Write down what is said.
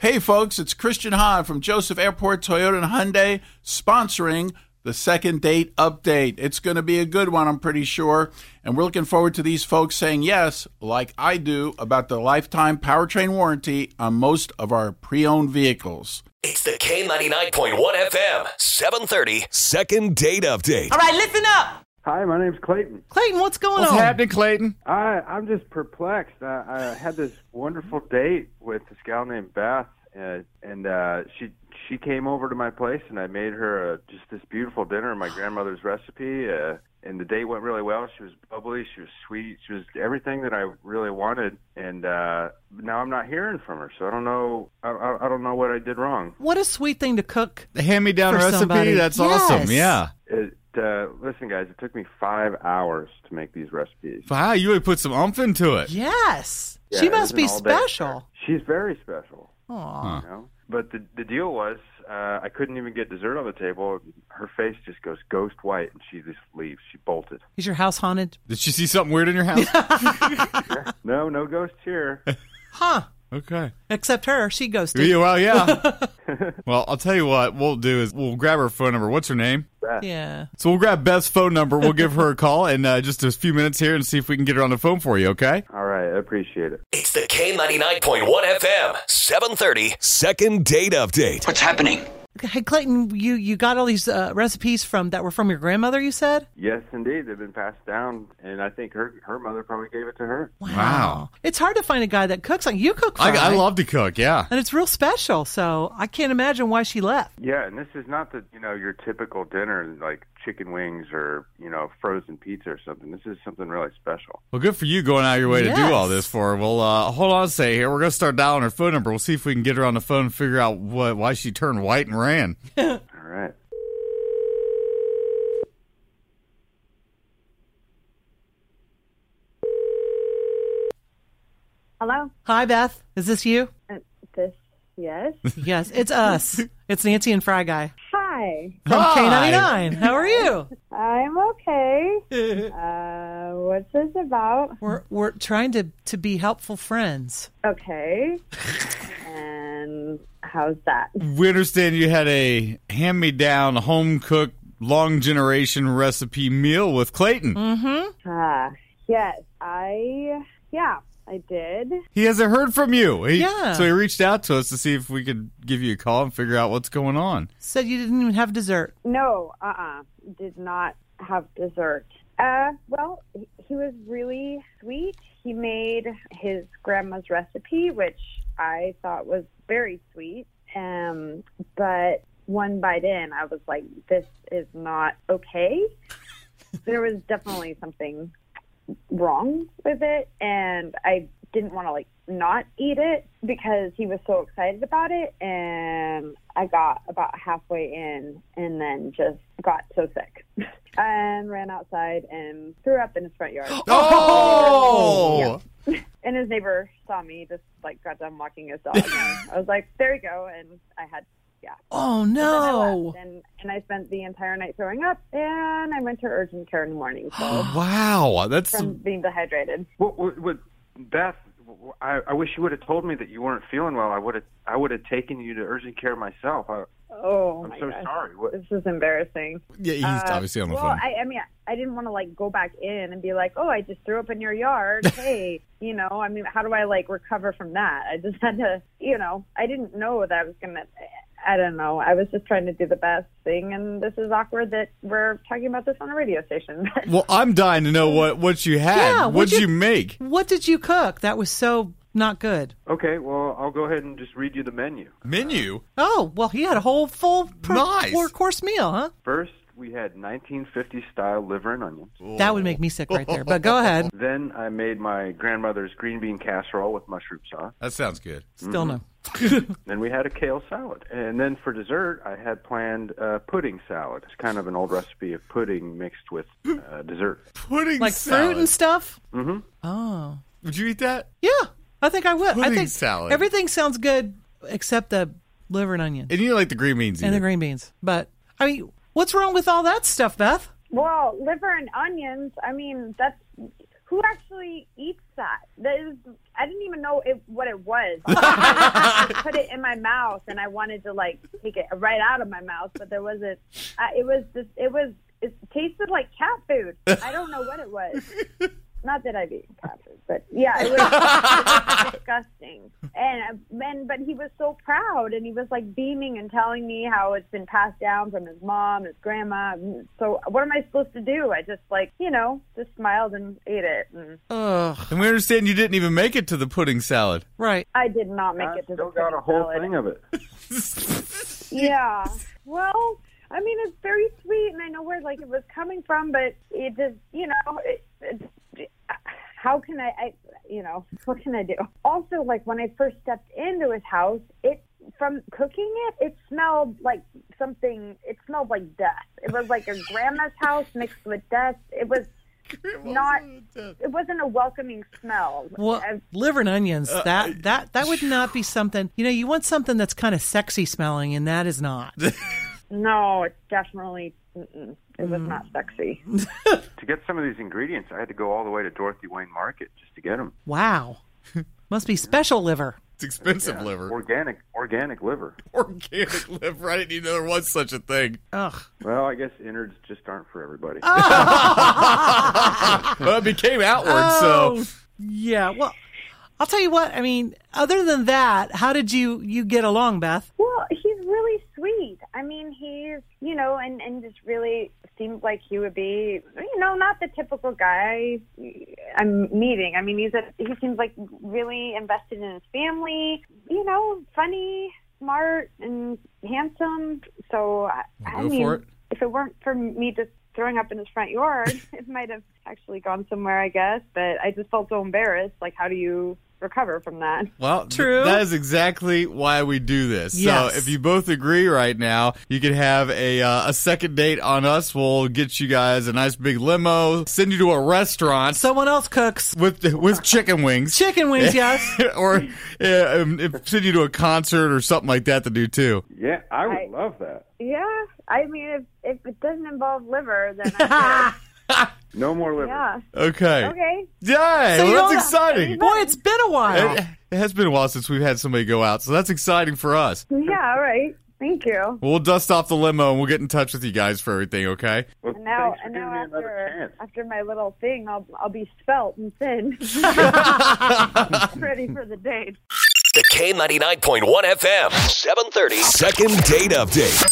Hey, folks, it's Christian Hahn from Joseph Airport Toyota and Hyundai sponsoring the second date update. It's going to be a good one, I'm pretty sure. And we're looking forward to these folks saying yes, like I do, about the lifetime powertrain warranty on most of our pre owned vehicles. It's the K99.1 FM, 730. Second date update. All right, listen up. Hi, my name's Clayton. Clayton, what's going What's on? happening, Clayton? I, I'm just perplexed. I, I had this wonderful date with this gal named Beth, and, and uh, she she came over to my place, and I made her uh, just this beautiful dinner, my grandmother's recipe. Uh, and the date went really well. She was bubbly, she was sweet, she was everything that I really wanted. And uh, now I'm not hearing from her, so I don't know. I, I, I don't know what I did wrong. What a sweet thing to cook. The hand me down For recipe? somebody. That's awesome. Yes. Yeah. It, uh, listen, guys, it took me five hours to make these recipes. Wow, you would put some umph into it. Yes. Yeah, she it was must an be all-day affair. special. She's very special. Aw. you know? But the the deal was, uh, I couldn't even get dessert on the table. Her face just goes ghost white, and she just leaves. She bolted. Is your house haunted? Did she see something weird in your house? No, no ghosts here. Huh. okay. Except her. She goes Yeah, to. well, yeah. well, I'll tell you what we'll do is we'll grab her phone number. What's her name? Yeah. So we'll grab Beth's phone number. We'll give her a call in uh, just a few minutes here and see if we can get her on the phone for you, okay? All right, I appreciate it. It's the K99.1 FM, 730. Second date update. What's happening? Hey, Clayton, you, you got all these uh, recipes from that were from your grandmother, you said? Yes, indeed, they've been passed down, and I think her her mother probably gave it to her. Wow. It's hard to find a guy that cooks like you cook I, fine. I love to cook, yeah. And it's real special, so I can't imagine why she left. Yeah, and this is not the you know your typical dinner like chicken wings or you know frozen pizza or something. This is something really special. Well, good for you going out of your way to do all Yes. this for her. Well, uh, hold on a second here. We're going to start dialing her phone number. We'll see if we can get her on the phone and figure out what, why she turned white and ran. All right. Hello. Hi, Beth. Is this you? Uh, This yes. Yes, it's us. It's Nancy and Fry Guy Hi. from Hi. K99. How are you? I'm okay. Uh, what's this about? We're, we're trying to, to be helpful friends. Okay. And how's that? We understand you had a hand me down, home cooked, long generation recipe meal with Clayton. Mm-hmm. Ah, yes. I yeah, I did. He hasn't heard from you. He- Yeah. So he reached out to us to see if we could give you a call and figure out what's going on. Said you didn't even have dessert. No, uh, uh did not have dessert. Uh, well, he- he was really sweet. He made his grandma's recipe, which I thought was very sweet. Um, but one bite in, I was like, this is not okay. there was definitely something wrong with it, and I didn't want to like not eat it because he was so excited about it and I got about halfway in and then just got so sick and ran outside and threw up in his front yard Oh! and his neighbor saw me just like got done walking his dog and I was like there you go and I had yeah Oh, And I no. left. and, and I spent the entire night throwing up and I went to urgent care in the morning so Oh! Wow. That's. from being dehydrated Well, well, well Beth, well, I, I wish you would have told me that you weren't feeling well. I would have, I would have taken you to urgent care myself. I, oh I'm my so gosh. sorry. What, this is embarrassing Yeah, he's Uh, obviously on the well, phone. I, I mean, I didn't want to like go back in and be like, "Oh, I just threw up in your yard." hey, you know, I mean, how do I like recover from that? I just had to, you know, I didn't know that I was gonna. I don't know. I was just trying to do the best thing, and this is awkward that we're talking about this on a radio station. well, I'm dying to know what, what you had. Yeah, What'd, what'd you, you- make? What did you cook? That was so not good. okay, well, I'll go ahead and just read you the menu. Menu? Oh, well, he had a whole full per- Nice. four-course meal, huh? First, we had 1950 style liver and onions. That would make me sick right there. But go ahead. Then I made my grandmother's green bean casserole with mushroom sauce. That sounds good. Still no. Then we had a kale salad. And then for dessert, I had planned uh, pudding salad. It's kind of an old recipe of pudding mixed with uh, dessert. Pudding Like salad. fruit and stuff? Mm-hmm. Oh. Would you eat that? Yeah, I think I would. I Pudding think salad. everything sounds good except the liver and onion And you like the green beans. and the either. green beans. But, I mean, what's wrong with all that stuff, Beth? well, liver and onions. I mean, that's who actually eats that. That is, I didn't even know it, what it was. I put it in my mouth, and I wanted to like take it right out of my mouth, but there wasn't. Uh, it was just. It was. It tasted like cat food. I don't know what it was. Not that I've eaten cat food, but yeah, it was, it was disgusting. And then, but he was so proud, and he was like beaming and telling me how it's been passed down from his mom, his grandma. So, what am I supposed to do? I just like, you know, just smiled and ate it. And And we understand you didn't even make it to the pudding salad. Right. I did not make I it to the still got a pudding whole salad. thing of it. Yeah. Well, I mean, it's very sweet, and I know where like it was coming from, but it just, you know, it, it, how can I, I, you know, what can I do? Also, like when I first stepped into his house, it from cooking it, it smelled like something. It smelled like death. It was like a grandma's house mixed with death. It was. Not, it wasn't a welcoming smell. Well, I- liver and onions. that that that would not be something. You know, you want something that's kind of sexy smelling, and that is not. no, it's definitely. Mm-mm, it was not sexy. To get some of these ingredients, I had to go all the way to Dorothy Wayne Market just to get them. Wow. Must be special liver. It's expensive liver. Organic, organic liver. Organic liver. I didn't even know there was such a thing. Ugh. Well, I guess innards just aren't for everybody. Ah! Well, it became outward, Oh, so yeah. Well, I'll tell you what. I mean, other than that, how did you you get along, Beth? Well, he's really sweet. I mean, he's you know, and and just really seems like he would be, you know, not the typical guy I'm meeting. I mean, he's a he seems like really invested in his family. You know, funny, smart, and handsome. So I, I go mean, for it. if it weren't for me just throwing up in his front yard, it might have actually gone somewhere, I guess. But I just felt so embarrassed. Like, how do you recover from that? well, th- True. that is exactly why we do this. Yes. So if you both agree right now, you can have a uh, a second date on us. We'll get you guys a nice big limo, send you to a restaurant Someone else cooks with with chicken wings, chicken wings. Yes. or uh, um, if- send you to a concert or something like that to do too. yeah, I would I- love that. Yeah, I mean, if if it doesn't involve liver, then I No more liver. could. yeah. Okay. Okay. Yay! you well, don't- that's exciting. Boy, it's been a while. It, it has been a while since we've had somebody go out, so that's exciting for us. Yeah. All right. Thank you. We'll dust off the limo and we'll get in touch with you guys for everything, okay? Well, And now, thanks for and giving now me another after chance. after my little thing, I'll I'll be spelt and thin, ready for the date. The K99.1 FM, 730. Second date update.